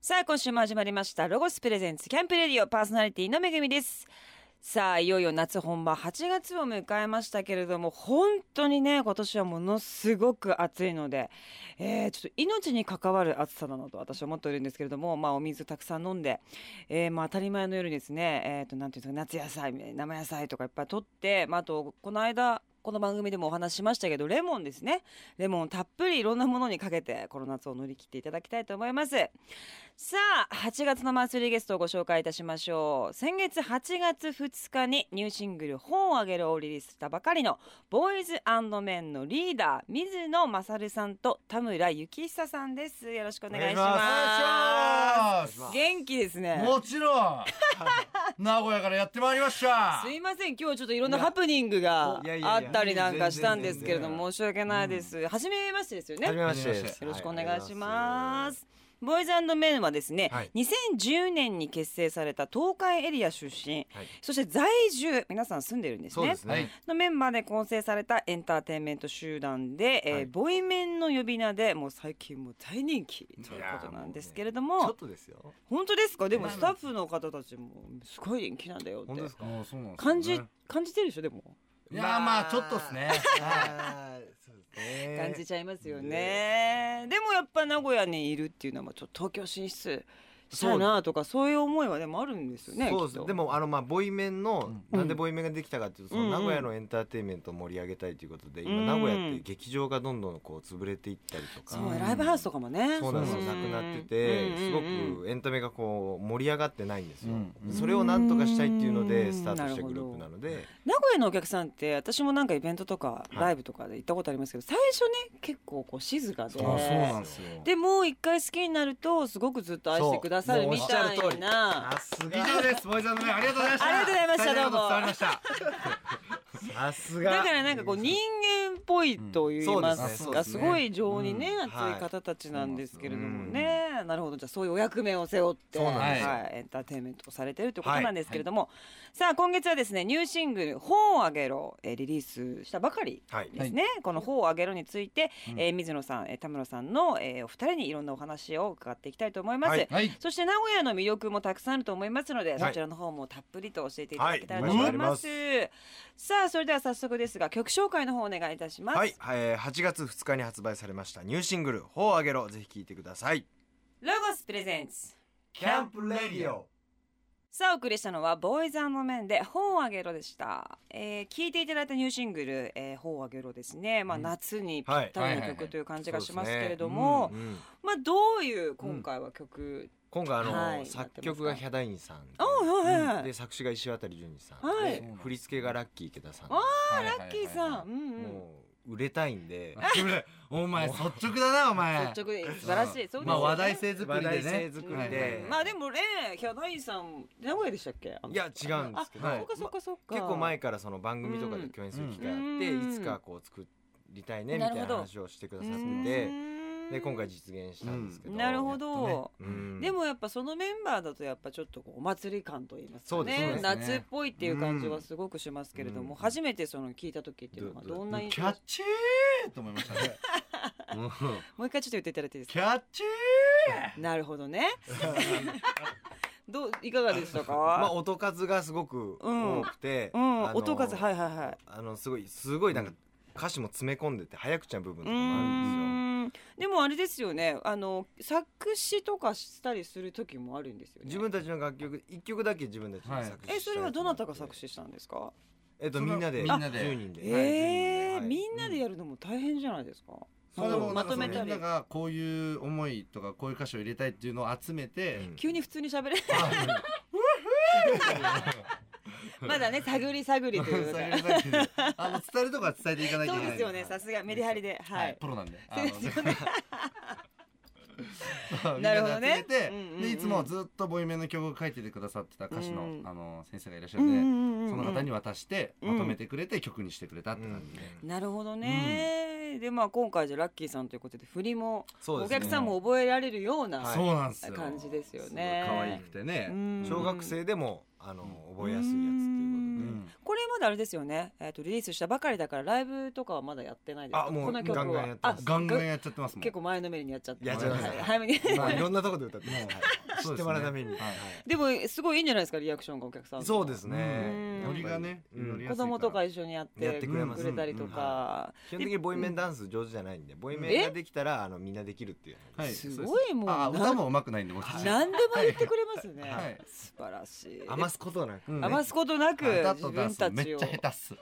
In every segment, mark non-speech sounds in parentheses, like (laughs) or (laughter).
さあ今週も始まりましたロゴスプレゼンツキャンプレディオパーソナリティのめぐみですさあいよいよ夏本番8月を迎えましたけれども本当にね今年はものすごく暑いので、えーちょっと命に関わる暑さだなと私は思っているんですけれども、まあ、お水たくさん飲んで、えーまあ当たり前のようにですね、えー、となんていうんですか夏野菜生野菜とかいっぱい取って、まあ、あとこの間この番組でもお話ししましたけどレモンですねレモンをたっぷりいろんなものにかけてこの夏を乗り切っていただきたいと思います。さあ8月のマンスリーゲストをご紹介いたしましょう先月8月2日にニューシングル「本をあげる」をリリースしたばかりのボーイズメンのリーダー水野勝さんと田村幸久さんですよろしくお願いしおます願いします元気ですねもちろん名古屋からやってまいりましたすいません今日ちょっといろんなハプニングがいやいやいやあったりなんかしたんですけれど全も申し訳ないです初めましてですよねはじめましてはじめまでしす。よろしくお願いします。ボーイズメンはですね、はい2010年に結成された東海エリア出身、はいそして在住皆さん住んでるんですそうねですね。のメンバーで構成されたエンターテインメント集団で、えーはいボイメンの呼び名でもう最近もう大人気ということなんですけれどもちょっとですよ。本当ですかでもまあスタッフの方たちもすごい人気なんだよっ本当でてすか。もうそうなんですよ感ねじ感じてるでしょでもいやまあちょっとですね。あーそうですね。感じちゃいますよね、でもやっぱ名古屋にいるっていうのはちょっと東京進出したいなとかそういう思いはでもあるんですよねそうきっです。とでもあのまあボイメンのうんなんでボイメンができたかっていうと、そうんうのん名古屋のエンターテインメントを盛り上げたいということで、うん今名古屋って劇場がどんどんこう潰れていったりとかそ。ううんライブハウスとかもねそうなんですようんなくなっててすごくくエンタメがこう盛り上がってないんですようんそれをなんとかしたいっていうのうでんスタートしたグループなので名古屋のお客さんって私もなんかイベントとかいライブとかで行ったことありますけど、最初ね結構こう静かであそうなんですよ。でもう一回好きになるとすごくずっと愛してくださるみたいなさす以上です。ボーイズのねありがとうございました。ありがとうございました伝えたいどうもこと伝わりました。さすがだからなんかこう人間っぽいと言いまうんそうすですか、ねそうですすねごい情にね、うん熱い方たちなんですけれどもはいね、なるほどじゃあそういうお役目を背負って、そうなんはですよい、エンターテインメントをされてるということなんですけれども、さあ今月はですねニューシングル「本をあげろ」えーリリースしたばかりはいですね、この「本をあげろ」について、うんえー水野さん、えー田村さんの、えーお二人にいろんなお話を伺っていきたいと思います。はいはい。そして名古屋の魅力もたくさんあると思いますので、いそちらの方もたっぷりと教えていただけたらと思います。はいさあそれでは早速ですが曲紹介の方お願いいたします。はい、えー8月2日に発売されましたニューシングル「頬上げろ」ぜひ聴いてくださいロゴスプレゼンツ。キャンプレディオさあお送りしたのはボーイズメンで本をあげろでした。えー、聞いていただいたニューシングル、えー、本をあげろですね。まあうん夏にぴったりの曲という感じがしますけれどはもい、うんまあどういう今回は曲、今回あの、はい作曲がヒャダインさんであはいはいはいで作詞が石渡淳二さん、はいで振り付けがラッキー池田さんでああラッキーさん、うんうん。もう売れたいんでお前率直だなお前。率直で素晴らしい。そうですよねまあ話題性作りでね。話題性作りではいはいまあでもね、ヒャダインさん名古屋でしたっけ？あの (laughs) いや違うんですけど、あそっかそっかそっか。結構前からその番組とかで共演する機会あって、うんいつかこう作りたいねみなたるいほどな話をしてくださってうてーんで今回実現したんですけど、なるほど。うんでもやっぱそのメンバーだとやっぱちょっとこうお祭り感と言いますそかうですねね夏っぽいっていう感じはすごくしますけれども、うん初めてその聞いた時っていうのはどどどんな印キ象ャッチーと思いましたね。うんもう一回ちょっと言っていただいていいですキかャッチなるほど (laughs) ねどういかがでしたか、まあ音数がすごくうん多くて、うんあの音数はいはいはいあのすごいすごいなんか歌詞も詰め込んでて早口な部分うとかもあるんですよーんでもあれですよねあの作詞とかしたりする時もあるんですよね自分たちの楽曲一曲だけ自分たちで作詞したやつもあってえそれはどなたが作詞したんですかえっとそのみんなでみんなで10人で、はいええ10人ではいみんなでやるのも大変じゃないですか。それもまなんかとそのめみたんりな。がこういう思いとかこういう歌詞を入れたいっていうのを集めて、うん急に普通に喋れ。 (laughs) まだね探り探りと (laughs) いうか。あの伝えるとこは伝えていかなきゃい (laughs) そうでけないすよね。さすがメリハリで、ははいい。プロなん (laughs) であそうでのすよね。そうなるほどねみんなで集めてうんうんうんでいつもずっとボイメンの曲を書いててくださってた歌手の,、うんあの先生がいらっしゃうるんので、うんうんうんその方に渡してまとめてくれて曲にしてくれたって感じで、うんなるほどね。でまあ今回じゃラッキーさんということで振りも、そうでおすね客さんも覚えられるようなはいそうなんですよ感じですよすごい可愛ね。くてね、うん小学生でもあの覚えやすいやつっていうんうことで、うんこれまだあれですよね、えー、とリリースしたばかりだからライブとかはまだやってないですかあもうこの曲はガンガンやってまあすガンガンやっちゃってますもん結構前のめりにやっちゃってやっちゃいますはい早めにまあいろんなとこで歌ってもうねはい知ってもらうためにそうですねはいでもすごいいいんじゃないですかリアクションがお客さんのそうですうねんやノっぱりリがねうんノリが子供とか一緒にやってやってくくれれますたりとか、基本的にボイメンダンス上手じゃないんでボイメンができたらあのみんなできるっていうはいすそうごでいもうあな歌もうまくないんで僕何でも言ってくれますね、はいはい素晴らしい余すことなくうん余すことなく歌自とダン分スためっちちをゃ下手っす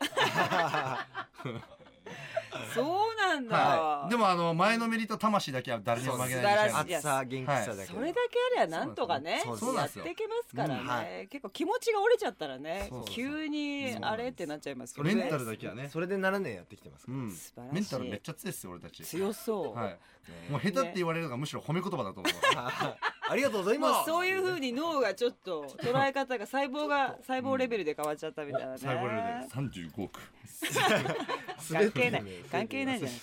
そうなんだ、はいでもあの前のめりと魂だけは誰にも負けない素晴らしいあ暑さ元気さだけそれだけあればなんとかねそやうなんっですよていけますからね、うんは結構気持ちが折れちゃったらねそうそうそう急にあれってなっちゃいますよねメンタルだけはねそれで7年やってきてます (laughs) うかん素晴らしいメンタルめっちゃ強いっすよ俺たち強そう、はいもう下手って言われるのがむしろ褒め言葉だと思うらありがとうございもうますそういう風に脳がちょっと捉え方が細胞が細胞レベルで変わっちゃったみたいなね最後レベルで三十五億 (laughs) 関係ない関係ないじゃない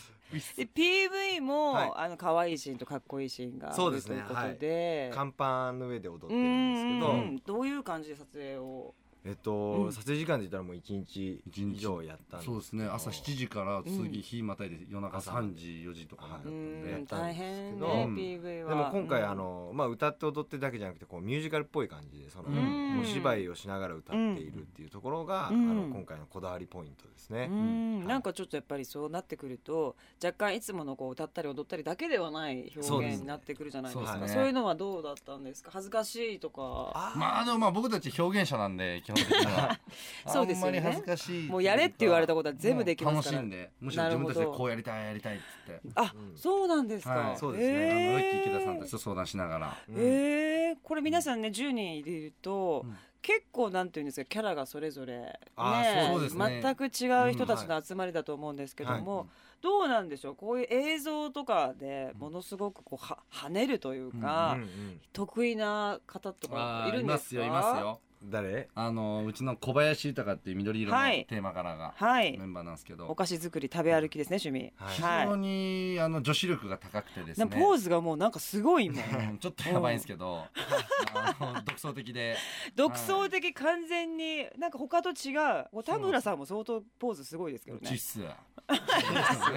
で PV も、はいあの可愛いシーンとかっこいいシーンがあるそうですねということで、甲板の上で踊ってうるんですんけうど、んうんどういう感じで撮影をえっうんと撮影時間で言ったらもう1日以上やったんそうですね朝7時から次日またいで夜中朝まで3時4時とかまうでだったんんでたん大ですけど変ね、うん PV はでも今回うんあの、まあ、歌って踊ってだけじゃなくてこうミュージカルっぽい感じでそのうんお芝居をしながら歌っているっていうところが、うんあの今回のこだわりポイントですねう。んなんかちょっとやっぱりそうなってくると若干いつものこう歌ったり踊ったりだけではないそう表で現すになってくるじゃないですかそそううですねいうのはどうだったんですか恥ずかしいとかあーまあでもまあ僕たち表現者なんで基本的には (laughs) そうですよねあんまり恥ずかしいもうやれって言われたことは全部できますからもう楽しんでむしろ自分たちでこうやりたいやりたいっつってあ、うんそうなんですか、はいそうですねあえーのロッキー池田さんたちと相談しながらうんえーこれ皆さんね10人入れると、うん結構なんていうんですかキャラがそれぞれ、あーねそうですね全く違う人たちの集まりだと思うんですけども、はいどうなんでしょうこういう映像とかでものすごくこうは跳ねるというか、うんうん得意な方とかいるんまですすかよいますよ誰あのうちの小林豊っていう緑色のはいテーマカラーがはいメンバーなんですけど、お菓子作り食べ歩きですね趣味はい非はい、常にあの女子力が高くてですなねんかポーズがもうなんかすごいもんうんちょっとやばいんですけどあの独創的で独創的完全になんか他と違うもう田村さんも相当ポーズすごいですけどね実質はです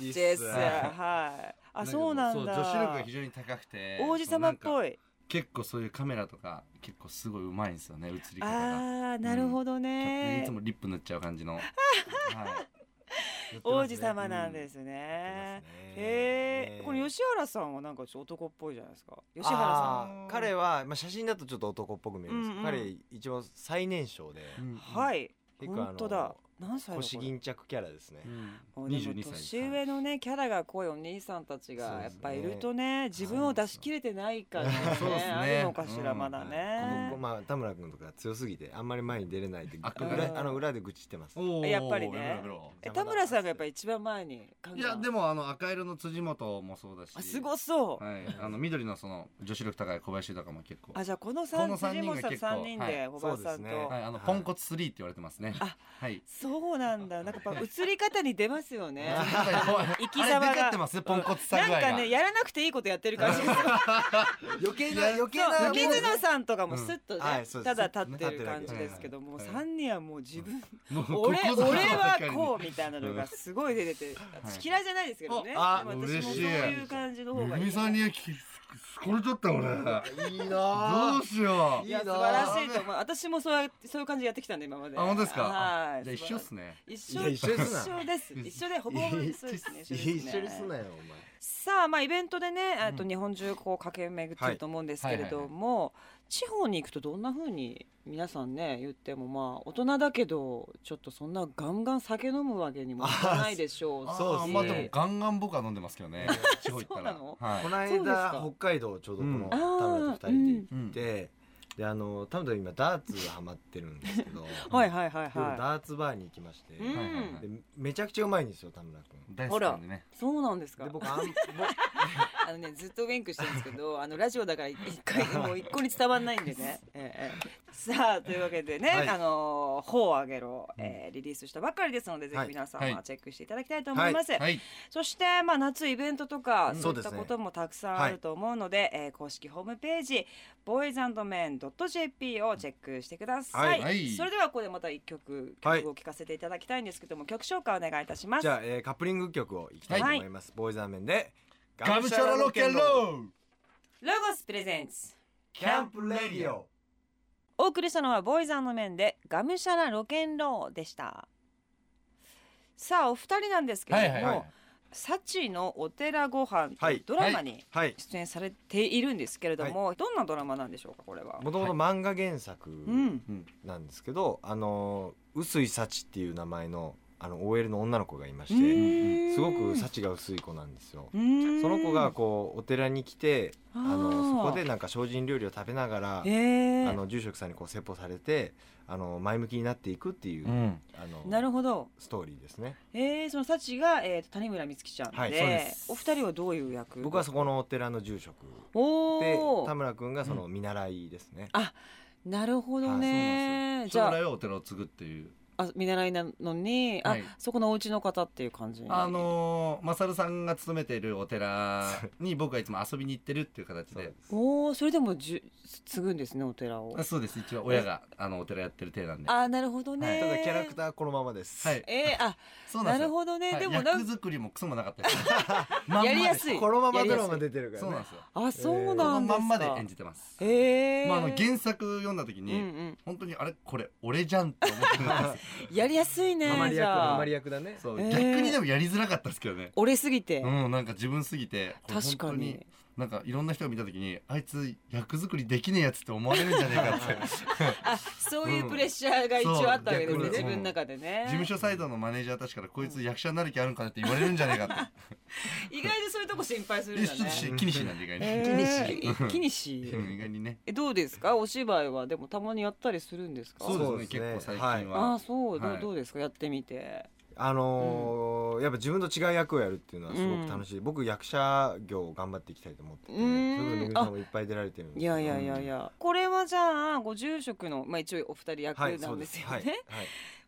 実際はい (laughs) あそうなんだそう女子力が非常に高くて王子様っいぽい結構そういうカメラとか結構すごいうまいんですよね映り方があーなるほどいねつもリップ塗っちゃう感じの、はい、 (laughs) 王子様なんですねへえこの吉吉原さんはなんかちょっと男っぽいじゃないですか吉原さんん彼は、まあ、写真だとちょっと男っぽく見えるんですけど、うんうん彼一応最年少で、うんはい結構あ本の当だ何歳の腰子巾着キャラですねう、んもうでも22歳年上のねキャラが濃いお兄さんたちそうがやでっすねぱいるとね自分を出し切れてない感じがそうですねねあるのかしらうんまだこねこまあ田村君とか強すぎてあんまり前に出れないってあ裏うんあの裏で愚痴ってますおーやっぱりねやめろやめろえ田村さんがやっぱ一番前に考えいやでもあの赤色の辻元もそうだしあすごそうはい、あの緑のその女子力高い小林とかも結構あじゃあこのこ三の三辻人本がさん結構三人ではい小林さんと、そうですねはいあのポンコツ3って言われてますねあはいそうなんだなんかやっぱ映り方に出ますよ (laughs) ね生生き様が出ちゃってますねポンコツさな具合んがかねやらなくていいことやってる感じです余計な余計そうな受けも角さんとかもスッとね、うんはいそうでたすだ立ってる感じですけども、立ってるだけ3人はもう自分、もうここ俺ぞ俺はばっかりにこうみたいなのがすごい出てて、い嫌いじゃないですけどねあでも私も嬉そうしいいう感じの方がいいめぐみさんにはきこれちゃった俺 (laughs) どういいなあうしよういやいい素な晴らしいと思う私もそうやそういう感じでやってきたんで今まであ本当ですかはいじゃあ一緒っすね一い緒や一緒ですな一緒です一緒でほぼほぼそうですね一緒にすんなよさあまあイベントでね、えっとう日本中こう駆け巡ってると思うんですけれども、はいは地方に行くとどんな風に皆さんね言ってもまあ大人だけどちょっとそんなガンガン酒飲むわけにもいかないでしょうしあーそうですねまあでもガンガン僕は飲んでますけどね地方行ったそうならのお前はこいのそうです間か北海道ちょうどこうのん田村と二人で行って、であの田村と今ダーツハマってるんですけど (laughs) はいはいはい夜はダーツバーに行きまして、い、うんはいはいはいでめちゃくちゃうまいんですよ田村君大好きなんでねそうなんですかで僕 (laughs) あんぼあのねずっとウィンクしてるんですけどあのラジオだから一 (laughs) 回もう一個に伝わんないんでね、ええええさあというわけでね、はいあのー「頬をあげろ」えーリリースしたばっかりですので、ぜはひい皆さんはいはチェックしていただきたいと思います、はいそして、まあ、夏イベントとか、うんそういったそうですねこともたくさんあると思うので、えー公式ホームページ boys&men FM.jp をチェックしてください、はいはいそれではここでまた一曲はい曲を聴かせていただきたいんですけども、曲紹介お願いいたしますじゃあ、えーカップリング曲をいきたいと思います、ボーイズアーメンでガムシャラロケンローロゴスプレゼンツキャンプレディオお送りしたのはボーイズの面でガムシャラロケンローでしたさあお二人なんですけれども、はいはいはいサチのお寺ご飯とはいいうドラマにはい出演されているんですけれども、どんなドラマなんでしょうかこれはもともと漫画原作うんなんですけど、あのー臼井幸っていう名前のあの OL の女の子がいまうして、ーんすごく幸が薄い子なんですよ、うーんその子がこうお寺に来てああーのそこでなんか精進料理を食べながら、へえあの住職さんにこう説法されてあの前向きになっていくっていう、うんあのなるほどストーリーですねえー、そのサチが、えー、と谷村美月ちゃんで,、はいそうですお二人はどういう役僕はそこのお寺の住職でお田お村君がその見習いですね、なるほどねじ将ゃ来はお寺を継ぐっていうああ見習いなのに、はいあそこのお家の方っていう感じあ (laughs) のー、マサルさんが勤めているお寺に僕はいつも遊びに行ってるっていう形そうでですおおそれでもじゅ継ぐんですねお寺をあそうです一応親があのお寺やってる体なんであーなるほどね、はいただキャラクターこのままです、はいえー、あそうななんでするよほどね、はいでもなん役か作りもクソもなかった (laughs) ですまんまでやりやすいこのままドラやマりや出てるからねそうなんですよあそうなんですか、このまんまで演じてますえー、まあ、あの原作読んだ時うんに、うん、本当にあれこれ俺じゃんって思ってたんですよやりやすいねハマりじ役ゃハあマり役だね (laughs) そう、えー逆にでもやりづらかったですけどね折れすぎて、うんなんか自分すぎてこれ確か本当になんかいろんな人が見た時にあいつ役作りできねえやつって思われるんじゃねえかってあそういうプレッシャーが一応あったわけですね、うんそう逆にね自分の中でね事務所サイドのマネージャーたちからこいつ役者になる気あるんかなって言われるんじゃねえかって意外 (laughs) とそういうとこ心配するんえだちょっとねし気にしないで意外に、えー気にうん意し外にねえどうですかお芝居はでもたまにやったりするんですかそうですねそうで結すね構最近は、あーそう、どはういどうですかやってみてあのーやっぱ自分と違う役をやるっていうのはすごく楽しい、僕役者業を頑張っていきたいと思っててうそーういんうことめぐみさんもいっぱい出られてるんですいけどやいやいやいや、これはじゃあご住職のまあ一応お二人役はいなそうんでですすよね、はい、はい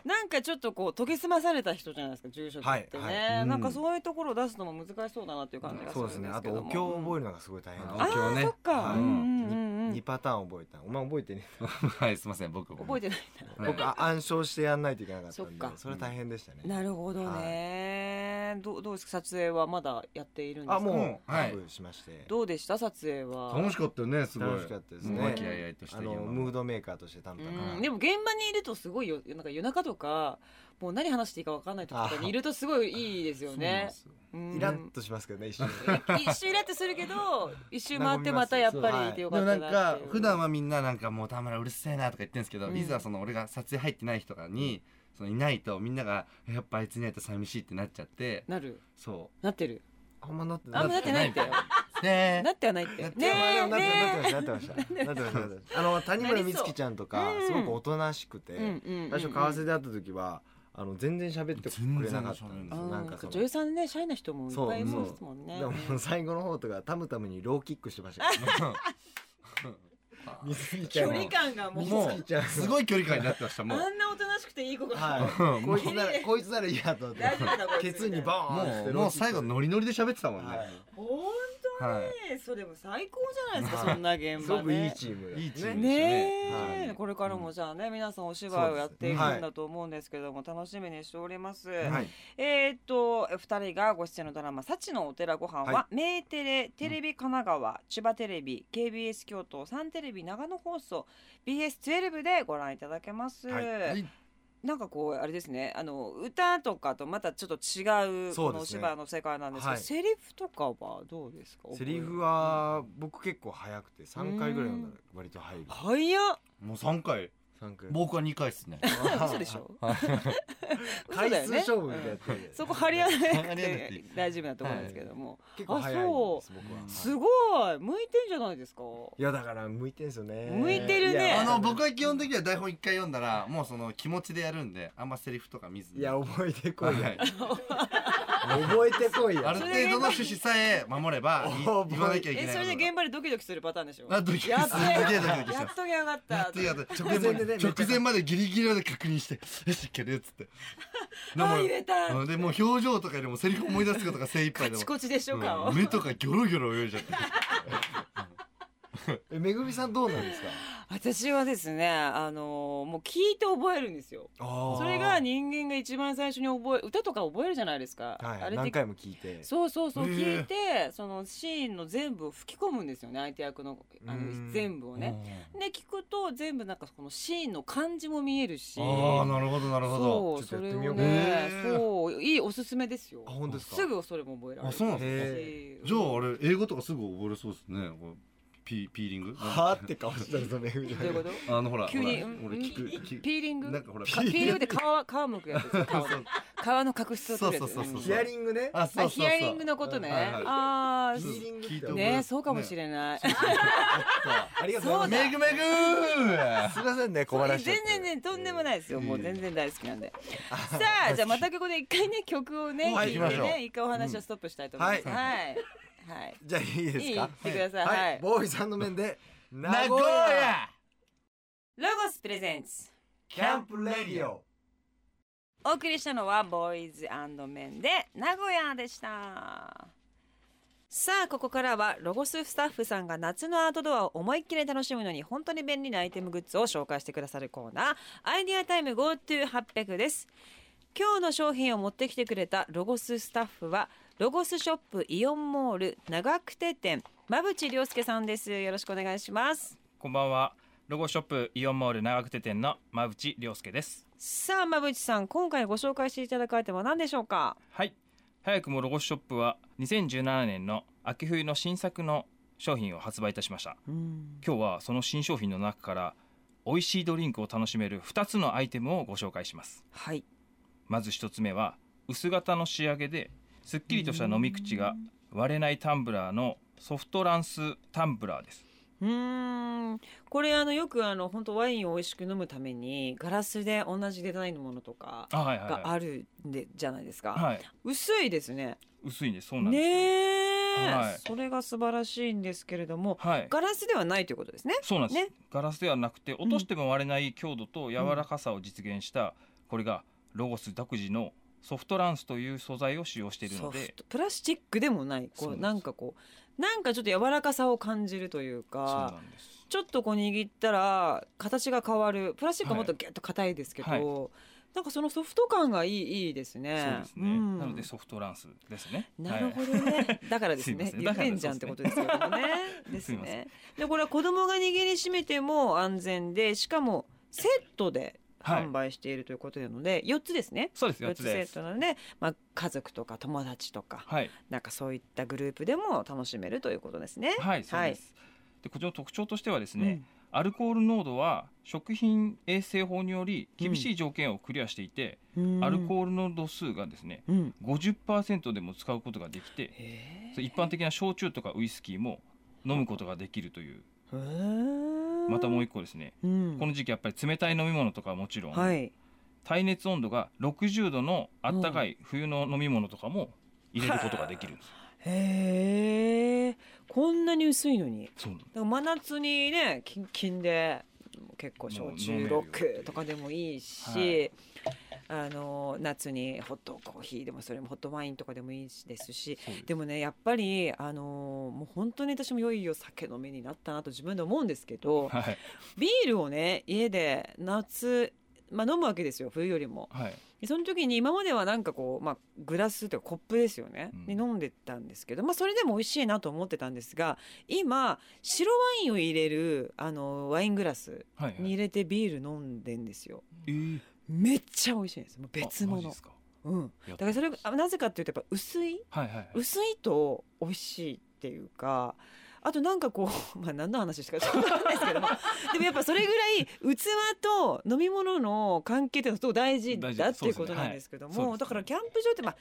なんかちょっとこう研ぎ澄まされた人じゃないですか住職ってね、はいはうんなんかそういうところを出すのも難しそうだなっていう感じがすそうるんでですすけねどもあとお経を覚えるのがすごい大変あでのすあお経をねそっか、はいうんうんうんうん2パターン覚えたお前覚えてねはいすいません僕覚えてないはい僕あ暗唱してやんないといけなかったんでそっかそれは大変でしたねなるほどね、どうどうですか撮影はまだやっているんですあかうもうは半い分しましてどうでした撮影は楽しかったよねすごい楽しかったですねもう和気あいあいとしてあのムードメーカーとして担当うはん、いでも現場にいるとすごいよなんか夜中とかもう何話していいか分かんない時とかにいるとすごいいいですよね。うんイラッとしますけどね一瞬一周イラッとするけど一周回ってまたやっぱりいてよでかもっなたんなっかていう。普段はみんななんかもう田村うるせえなとか言ってるんですけど、うんいざその俺が撮影入ってない人とかに、そのいないとみんながやっぱあいついないと寂しいってなっちゃってなるそなってるあんまなってあんまなってないってなってうねなってはないってなねってえなってねなってましたなってましたなってましたなってましたあの谷村美月ちゃんとかなりそうすうんごくおとなしくてえうんうんうん最初為替で会った時はあの全然喋ってくれなかったんですうよんなんかそ女優のさんねシャイな人もいっぱいいそそううですもんねでも最後の方とかタムタムにローキックしてましたけど (laughs) 美月ち距ゃんは離感がもうも美月ちゃんうすごい距離感になってましたあもうんなおとなしくていい子が、はい、こいつなら (laughs) こいつならいいやと思って大丈夫だこいつケツにバーンもってうロもーうキック最後ノリノリで喋ってたもんね、は本当はいに、それも最高じゃないですかそんな現場ねいすごくいいチームだいいチームねえ、はいこれからもじゃあね皆さんお芝居をやっていくんだと思うんですけども、楽しみにしております、はいえーっと二人がご出演のドラマ「幸のお寺ごはんは」はメーテレテレビ神奈川、千葉テレビ KBS 京都サンテレビ長野放送 BS12 でご覧いただけます、はいはいなんかこうあれですねあの歌とかとまたちょっと違うそこのうですねお芝居の世界なんですけどはいセリフとかはどうですかセリフは僕結構早くて3回ぐらい読んだら割と入る覚える (laughs) 早っもう3回三回僕は2回ですね (laughs) 嘘でしょ嘘回だよ数ね勝負みたいなやつでそこ張り合わなく張り合わなくていてい大丈夫だと思うんですけども、結構早いんです僕はあすはいごい向いてんじゃないですかいやだから向いてんすよね向いてるねいやあの僕は基本的には台本1回読んだらもうその気持ちでやるんであんまセリフとか見ずにいや覚えてこいはやい覚えてこいあやる程度の趣旨さえ守ればい覚え言わなきゃいけえないそれで現現場でドキドキするパターンでしょあドキドキやっすとるやすげえドキドキしやたっとやがった場やっと直前でねめっちゃ直前までギリギリまで確認して「よしいける」っつってであも入れたうんでもう表情とかよりもセリフ思い出すことが精一カ杯でチもコチでしょ顔、うん目とかギョロギョロ泳いじゃってえめぐみさんどうなんですか私はですねあのもう聞いて覚えるんですよあーそれが人間が一番最初に覚え歌とか覚えるじゃないですか、はい、あれっ何て回も聞いてそうそうそうへえ聞いて、そのシーンの全部を吹き込むんですよね相手役のあのうん全部をね。で聞くと全部なんかこのシーンの感じも見えるしうんああなるほどなるほどそうちょそっとやれってみをようね、へえそういいおすすめですよあ本当ですかすぐそれも覚えられるあそうなんですかしじゃああれ英語とかすぐ覚えれそうですねこうピーピーリング (laughs) はーって顔してるぞねみたどういいうこなとあのほら急にほらうん俺聞くい聞くピーリングなんかほらかピーリングで皮皮むくやつですよ顔の皮の角質を取るやつそうそうそうそうヒアリングねああヒアリングのことね、はいはいああヒーリングって聞いてー覚えねるそうかもしれない、ありがとうございますめぐめすいませんね小いや話しちゃっ全て然ねとんでもないですよ、うんもう全然大好きなんでさあじゃあまたここで一回ね曲をねは聴いいて行きましょうね一回お話をストップしたいと思います、うんはいはい、はい、じゃあいいでいすい言かってくださいは、はいいボーイさんの面で名ぐ名古屋ロゴスプレゼンツキャンプレディオお送りしたのはボーイズメンで名古屋でしたさあここからはロゴススタッフさんが夏のアウトドアを思いっきり楽しむのに本当に便利なアイテムグッズを紹介してくださるコーナーアイデアタイム GoTo800 です今日の商品を持ってきてくれたロゴススタッフはロゴスショップイオンモール長久手店馬淵亮介さんですよろしくお願いしますこんばんは。ロゴショップイオンモール長久手店の馬淵亮介です。さあ馬淵さん今回ご紹介していただくアイテムは何でしょうかはい。早くもロゴショップは2017年の秋冬の新作の商品を発売いたしました。今日はその新商品の中から美味しいドリンクを楽しめる2つのアイテムをご紹介します。はいまず1つ目は薄型の仕上げですっきりとした飲み口が割れないタンブラーのソフトランスタンブラーです。うーんこれあのよくあの本当ワインを美味しく飲むためにガラスで同じデザインのものとかあはいはいがはあるんでじゃないですか、い。はい。薄いですね薄いんです。そうなんです。ねえ、はいそれが素晴らしいんですけれどもはい。ガラスではないということですねそうなんです、ねガラスではなくて落としても割れない強度と柔らかさを実現した、これがロゴス独自のソフトランスという素材を使用しているのソフでトプラスチックでもないそうこなうんなですんかこうなんかちょっと柔らかさを感じるというそうかなんですちょっとこう握ったら形が変わるプラスチックはもっとはギュッと硬いですけど、はいなんかそのソフト感がいいいいですねそうですね、うんなのでソフトランスですねなるほどね、 (laughs) だからですねすいま言ってせんんじゃんってことですけどねですすいませんねでこれは子供が握りしめても安全でしかもセットではい、販はい、売しているということなので、4つですねそうです4 4つつセでッすトなので、まあ、家族とか友達とかはいなんかそういったグループでも楽しめるということですね。はいそうです、でこちらの特徴としてはですうね、んアルコール濃度は食品衛生法により厳しい条件をクリアしていて、アルコールの度数がですねうん50%でも使うことができてへそえう一般的な焼酎とかウイスキーも飲むことができるというへえまたもう一個ですね、うんこの時期やっぱり冷たい飲み物とかはもちろん、はい耐熱温度が60度のあったかい冬の飲み物とかも入れることができるんです、へえこんなに薄いのにそうなんででも真夏にねキンキンで結構も焼う飲め酎るよロックとかでもいいし、あの夏にホットコーヒーでもそれもホットワインとかでもいいしですしすそうですでもねやっぱりあのもう本当に私もいよいよ酒飲みになったなと自分で思うんですけどはいビールをね家で夏まあ飲むわけですよ冬よりもはいその時に今まではなんかこう、まあ、グラスというかコップですよね、うんに飲んでたんですけど、まあ、それでも美味しいなと思ってたんですが今白ワインを入れるあのワイングラスはいはにい入れてビール飲んでんですよ。えーめっちゃ美味しいんですもう別あマジ物っすかうん、やだったからそれあなぜかっていうとやっぱ薄いはいはいはい薄いと美味しいっていうかあとなんかこう (laughs) まあ何の話したかちょっと分かんないですけどもでもやっぱそれぐらい器と飲み物の関係っていうのはとても大事大事だっていうそうこですとねなんですけどはいそうも、ですだからキャンプ場ってまあ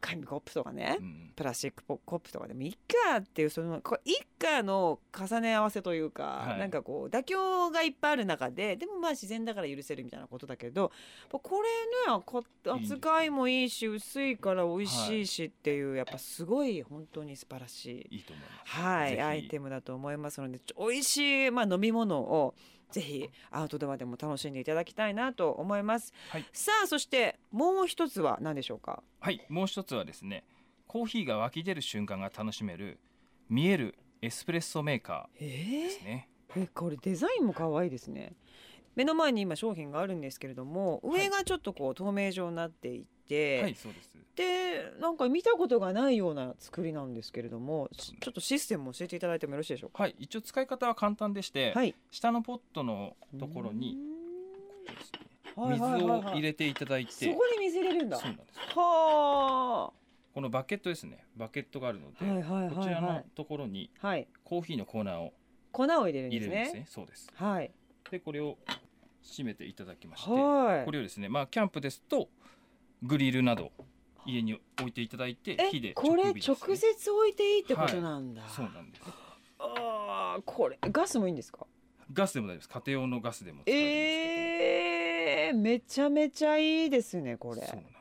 紙コップとかね、うんプラスチックポコップとかでもいっかっていうそのこういっかの重ね合わせというか、はいなんかこう妥協がいっぱいある中ででもまあ自然だから許せるみたいなことだけどこれねこいいですね扱いもいいし薄いから美味しいしっていう、やっぱすごい本当に素晴らしい。いいと思いますはぜい、ひアイテムだと思いますのでちょ美味しい、まあ、飲み物をぜひアウトドアでも楽しんでいただきたいなと思います、はいさあそしてもう一つは何でしょうかはいもう一つはですねコーヒーが湧き出る瞬間が楽しめる見えるエスプレッソメーカーえですねえこれデザインも可愛いですね目の前に今商品があるんですけれども上がちょっとこう透明状になっていて、はいそうですでなんか見たことがないような作りなんですけれどもしちょっとシステムを教えていただいてもよろしいでしょうかはい一応使い方は簡単でして、はい下のポットのところにですねうーんはいはい水はいをはい入れていただいてそこに水入れるんだそうなんですはこのバケットですねバケットがあるのあで、はいはいこはちいらはのいところにはいコーヒーのコーナーを粉を入れるん入でれするんねですねそうですはいでこれを締めていただきましてこはいれをですねまあキャンプですとグリルなど家に置いていただいて火えでこれ直火直ですね接置いていいってことなんだ、そうなんですああこれガスもいいんですかガスでも大丈夫です家庭用のガスでも使えるんですえー、めちゃめちゃいいですねけこど、れそうなんで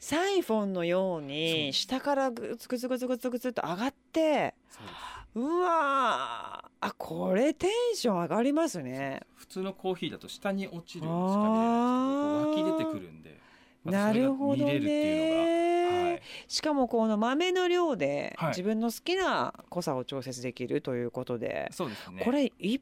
すサイフォンのようそうでにす下からグツグツグツグツグツっと上がってそうですうわーあこれテンション上がりますね普通のコーヒーだと下に落ちるしかあー見れないんですけどこう湧き出てくるんで、なるほどまたそれが見れるっていうのが、はねい、しかもこの豆の量ではい自分の好きな濃さを調節できるということで、そうですねこれ一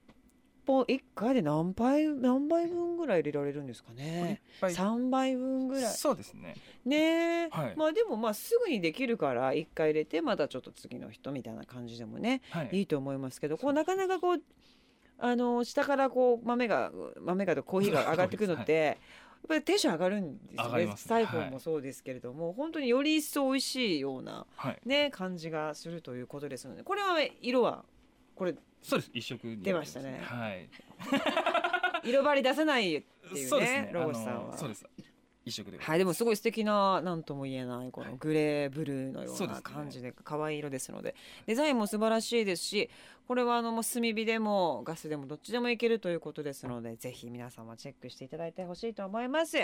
本一回で何杯何杯分ぐらい入れられるんですかねいっぱい3杯分ぐらいそうですねねえ、はいまあでもまあすぐにできるから一回入れてまたちょっと次の人みたいな感じでもねはいいいと思いますけどこうなかなかこうあの下からこう豆が豆がとコーヒーが上がってくるのって、やっぱりテンション上がるんですよ上がりねますねサイフォンもそうですけれども、本当により一層美味しいような、はいね、感じがするということですのでこれは色はこれそうです一色になりす出ましたはい色張り出せないっていうそうですねねロゴスさんあはの。そうです一色でございはい、でもすごい素敵ななんとも言えないこはのいグレーブルーのよそううなですね感じで可愛い色ですのでデザインも素晴らしいですしこれはあのもう炭火でもガスでもどっちでもいけるということですのでぜひ皆様チェックしていただいてほしいと思います。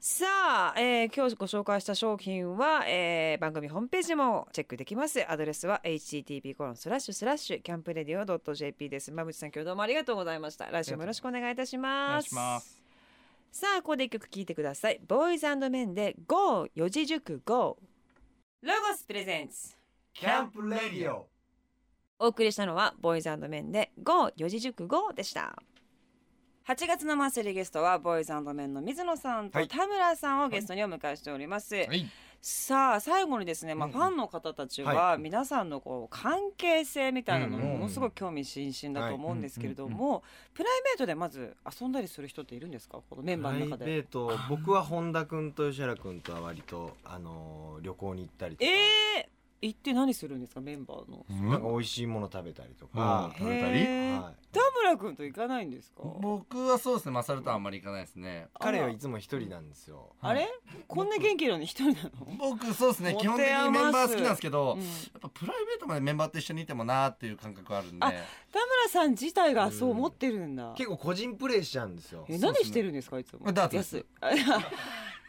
さあ、えー今日ご紹介した商品は、えー番組ホームページもチェックできますアドレスは http コロンスラッシュスラッシュキャンプレディオ .jp です馬渕さん今日どうもありがとうございました来週もよろしくお願いいたしお願まいすしますさあここで一曲聴いてくださいボーイズメンで GO 四字熟 GO ロゴスプレゼンツキャンプレディオお送りしたのはボーイズメンで GO 四字熟 GO でした8月のマンスリーゲストはボーイズメンの水野さんはとい田村さんをゲストにお迎えしております、はいさあ最後にですね、まあ、うんファンの方たちはは皆さんのこう関係性みたいなのうんにうんうんものすごく興味津々だと思うんですけれどもプライベートでまず遊んだりする人っているんですかこのメンバーの中プライで。ベート僕は本田君と吉原君とは割と、あのー旅行に行ったりとえか、ー、行って何するんですかメンバーの。なんか美味しいもの食べたりとかうん、食べたりへーはい、田村君と行かないんですか。僕はそうですね勝るとはあんまりいかないですね彼はいつも一人なんですよあれ、こんな元気なのに一人なの。僕そうですね持基て本的にメンバー好きなんですけど、うんやっぱプライベートまでメンバーと一緒にいてもなーっていう感覚あるんであ田村さん自体がそう思ってるんだ。結構個人プレイしちゃうんですよえ、そう何ですねしてるんですか、いつも。ダーツです安いあ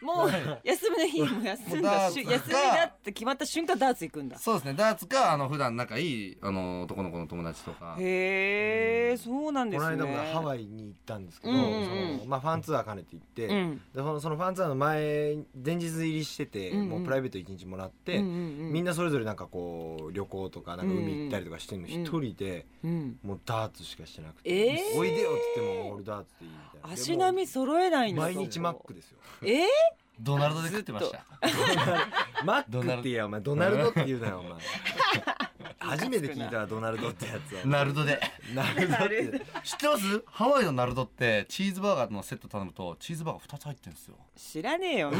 もう休みの日も休んもうだダーし、ツ休みだって決まった瞬間ダーツ行くんだ。そうですねダーツかあの普段仲いいあの男の子の友達とかへえ、そうなんでこのすね。間もハワイに行ったんですけど、うんうんうんそのまあ、ファンツアー兼ねて行って、うでん。そのそのファンツアーの前前日入りしてて、うんうんもうプライベート一日もらって、うんうんうん、みんな、なそれぞれなんかこう旅行とかなんか海行ったりとかしてるのうんうん一人でうん、もうダーツしかしてなくて「えーおいでよ」って言っても「俺ダーツでいい」みたいな足並み揃えないんでだも毎日マック。 (laughs) ですよえー、ドナルドで食ってましたマックって言えよお前ドナルドって言うなよお (laughs) 前初めて聞いたわドナルドってやつはナルドでナルドって知ってますハワイのナルドってチーズバーガーのセット頼むとチーズバーガー2つ入ってるんですよ知らねえ (laughs) よ。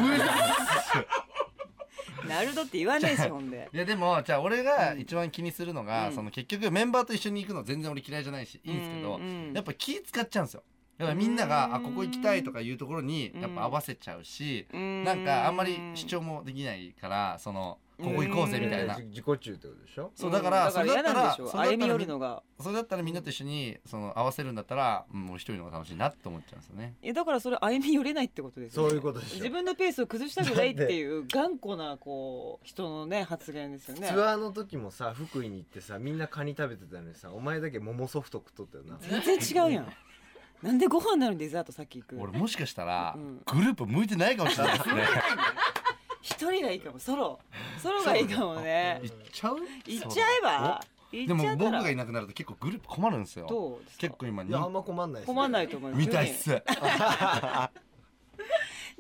ナルドって言わねえし、ほんで。いやでもじゃあ俺が一番気にするのが、うんその結局メンバーと一緒に行くの全然俺嫌いじゃない (laughs) しいいんですけど、うんうんやっぱ気使っちゃうんですよやっぱみんなうがんあここ行きたいとかいうところにうんやっぱ合わせちゃうし、ななんかあんまり主張もできないからその (laughs) ここ行こうぜみたいな、自自己中ってことでしょそうだからだから嫌なんでしょそれだったら歩み寄るのがそれだったらみんなと一緒にその合わせるんだったら、うん、俺一人の方が楽しいなって思っちゃうんですよねいやだからそれ歩み寄れないってことですよそねういうことでし自ょ分のペースを崩したくないっていう頑固なこう人のね発言ですよねツアーの時もさ福井に行ってさみんなカニ食べてたのにさお前だけ桃ソフト食っとったよな全然違うやんなんでご飯なのにデザート先行く俺もしかしたらうんグループ向いてないかもしれないですね (laughs) (laughs) 一人がいいかもソロソロがいいかもね行っちゃう行っちゃえばででも僕がいなくなると結構グループ困るんですよどうですか結構今いやあんま困んないです、ね、困んないと思います見たいっす (laughs)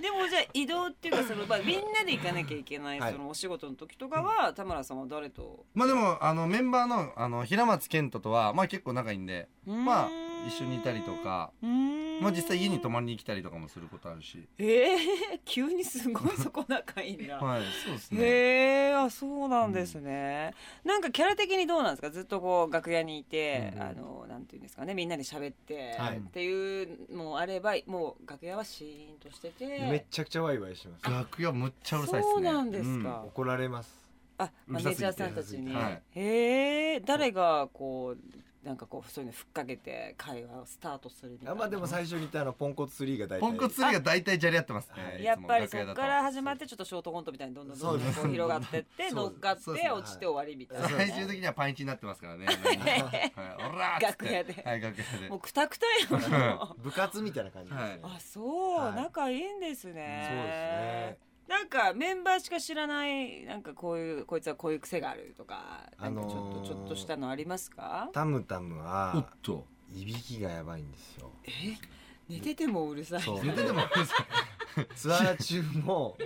でもじゃあ移動っていうかその、まあ、みんなで行かなきゃいけないはいそのお仕事の時とかは田村さんは誰とまあでもあのメンバーのあの平松健人とはまあ結構仲いいんでまあうーん一緒にいたりとかうーんまあ実際家に泊まりに来たりとかもすることあるしええ急にすごいそこ仲いいんだ、はい (laughs) そうですねへえあそうなんですね、なんかキャラ的にどうなんですかずっとこう楽屋にいて、うんあのなんていうんですかねみんなで喋って、はいっていうのもあればもう楽屋はシーンとしててめちゃくちゃワイワイします楽屋むっちゃうるさいっすねそうなんですか怒られますあマネージャーさんたちうに、るさすぎへえ誰がこうなんかこうそういうのふっかけて会話をスタートするみたいなあまあでも最初に言ったあのポンコツ3がう大ん体ポンコツ釣りが大体じゃれ合ってますはいねやっぱりいつそもこ楽屋だとから始まってちょっとショートコントみたいにどんどんどんどんこう広がってってそ乗っうですかっそうですて落ちて終わりみたいな最終的にはパンイチになってます (laughs) からね。はい、おらーっつっ楽て屋ではい、楽屋でもう。くたくたやもう部活みたいな感じですね、はいあそう、はい仲いいんですねそうですねなんかメンバーしか知らないなんかこういうこいつはこういう癖があるとかなんかちょっと、あのーちょっとしたのありますかタムタムはと。いびきがやばいんですよえ寝ててもうるさいそう寝てても、ツアー中も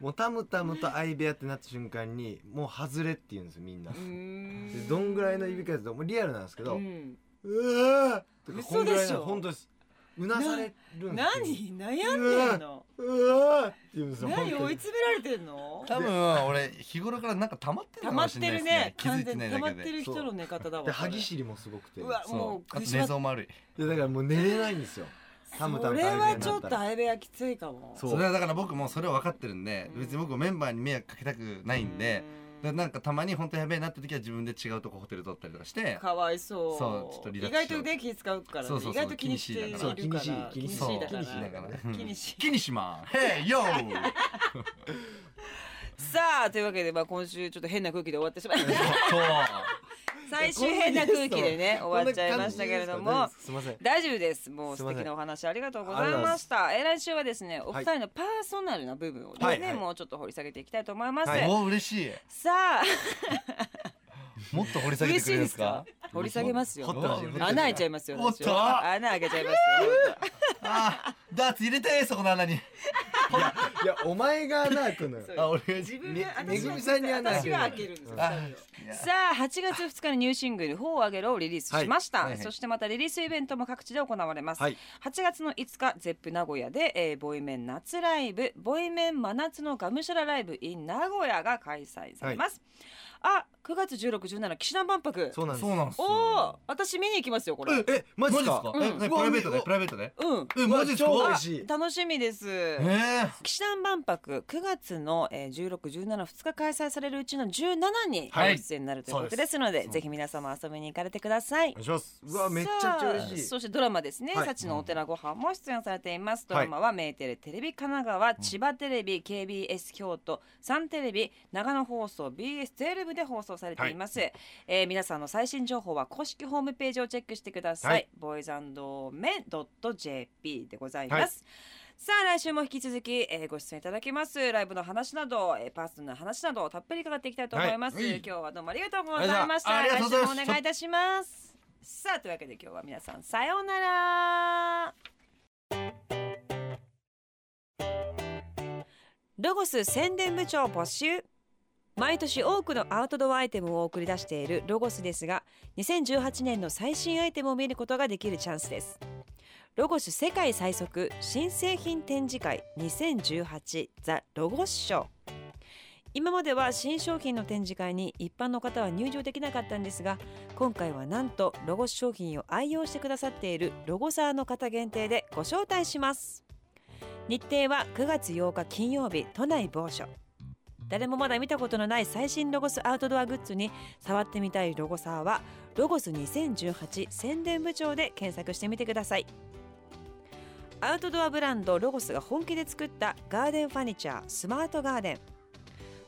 もうタムタムと相部屋ってなった瞬間にもう外れって言うんですよみんなうーんでどんぐらいのいびきかともうリアルなんですけど、ううんわーとかこ嘘んぐらでいしなょ本当ですうなされるんですよ何悩んでんのうわーって言うんですよ何本当追いに詰められてんの多分俺日頃からなんか溜まってる溜かまもっしてれないるですねね。 (laughs) 気づ完いて全なにい溜だまっけてで。る人の寝方だわでこれ歯ぎしりもすごくてうわでもそうう。あくとしば寝相も悪い。だからもう寝れないんですよタムタそムれと相部屋はにちょなっったとら相部屋きついかもそうそれはだから僕もそれは分かってるんで、うん別に僕メンバーに迷惑かけたくないんで、だからなんかたまに本当やべえなって時は自分で違うとこホテル取ったりとかして、かわいそうそうちょっとリラ意ックス外とね気使うからねそうそうそう意外と気にしているから気にしいだから気にしそういだから気にしながらね。気にしうん気にしまー。へい (laughs) よー。さあというわけでまあ今週ちょっと変な空気で終わってしまいそう最終変な空気でね (laughs) 終わっちゃいましたけれどもすいません大丈夫ですもうすい素ません敵なお話ありがとうございましたえー来週はですねお二人のパーソナルな部分をですね、はいはいもうちょっと掘り下げていきたいと思います、。おー嬉しい。さあもっと掘り下げ嬉してくれいるでんですすかか。掘り下げますよ掘ってほしい掘ってほしい穴開いちゃいますよおっと私は穴開けちゃいますよあー、ダーツ入れてそこの穴に。いやお前が穴開くのよそうあ、俺自分がめ私はめぐみさんに穴開私けはる開けるんですよあ二人をさあ8月2日にニューシングル「頬をあげろ」をリリースしました、はいはいはいそしてまたリリースイベントも各地で行われます、はい8月の5日ゼップ名古屋で、えーボイメン夏ライブボイメン真夏のがむしゃらライブ in 名古屋が開催されます、あ9月1617岸田万博そうなんですそうなんすおよ。おー私見に行きますよこれうん、えママジジでですすかか？うんえねプライベートでうわプライベートで。えマジですうわ超美か味？しい楽しみですええ。岸田万博9月のえー16、17、2日開催されるうちの17にごはい出演になるということですので、ぜひ皆様遊びに行かれてくださいお願。いしますうわめっちゃくちゃ嬉しさいあそしてドラマですね、はい幸のお寺ご飯も出演されていますドはラいマはメーテレテレビ神奈川、千葉テレビ KBS 京都サンテレビ長野放送 BS12 部で放送されています、えー皆さんの最新情報は公式ホームページをチェックしてください、はいボーイズメン .jp でございます、さあ来週も引き続き、えーご出演いただきますライブの話など、えーパーソナルの話などをたっぷり伺っていきたいと思います、はい今日はどうもありがとうございましたありが来とうご週ざいまもすお願いいたしますさあというわけで今日は皆さんさようならロゴス宣伝部長募集毎年多くのアウトドアアイテムを送り出しているロゴスですが2018年の最新アイテムを見ることができるチャンスですロゴス世界最速新製品展示会2018ザ・ロゴスショー今までは新商品の展示会に一般の方は入場できなかったんですが今回はなんとロゴス商品を愛用してくださっているロゴサーの方限定でご招待します日程は9月8日金曜日都内某所誰もまだ見たことのない最新ロゴスアウトドアグッズに触ってみたいロゴサーは「ロゴス2018宣伝部長」で検索してみてくださいアウトドアブランドロゴスが本気で作ったガーデンファニチャースマートガーデン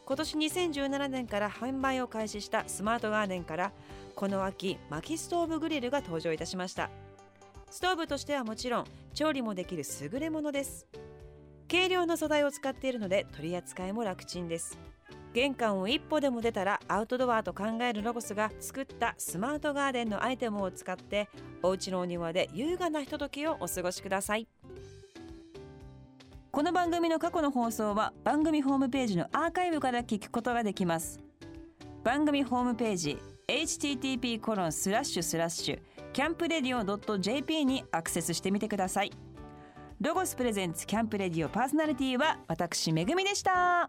今年2017年から販売を開始したスマートガーデンからこの秋薪ストーブグリルが登場いたしましたストーブとしてはもちろん調理もできる優れものです軽量の素材を使っているので取り扱いも楽ちんです玄関を一歩でも出たらアウトドアと考えるロゴスが作ったスマートガーデンのアイテムを使ってお家のお庭で優雅なひとときをお過ごしくださいこの番組の過去の放送は番組ホームページのアーカイブから聞くことができます番組ホームページ http コロンスラッシュスラッシュキャンプレディオ .jp にアクセスしてみてくださいロゴスプレゼンツキャンプレディオパーソナリティは私めぐみでした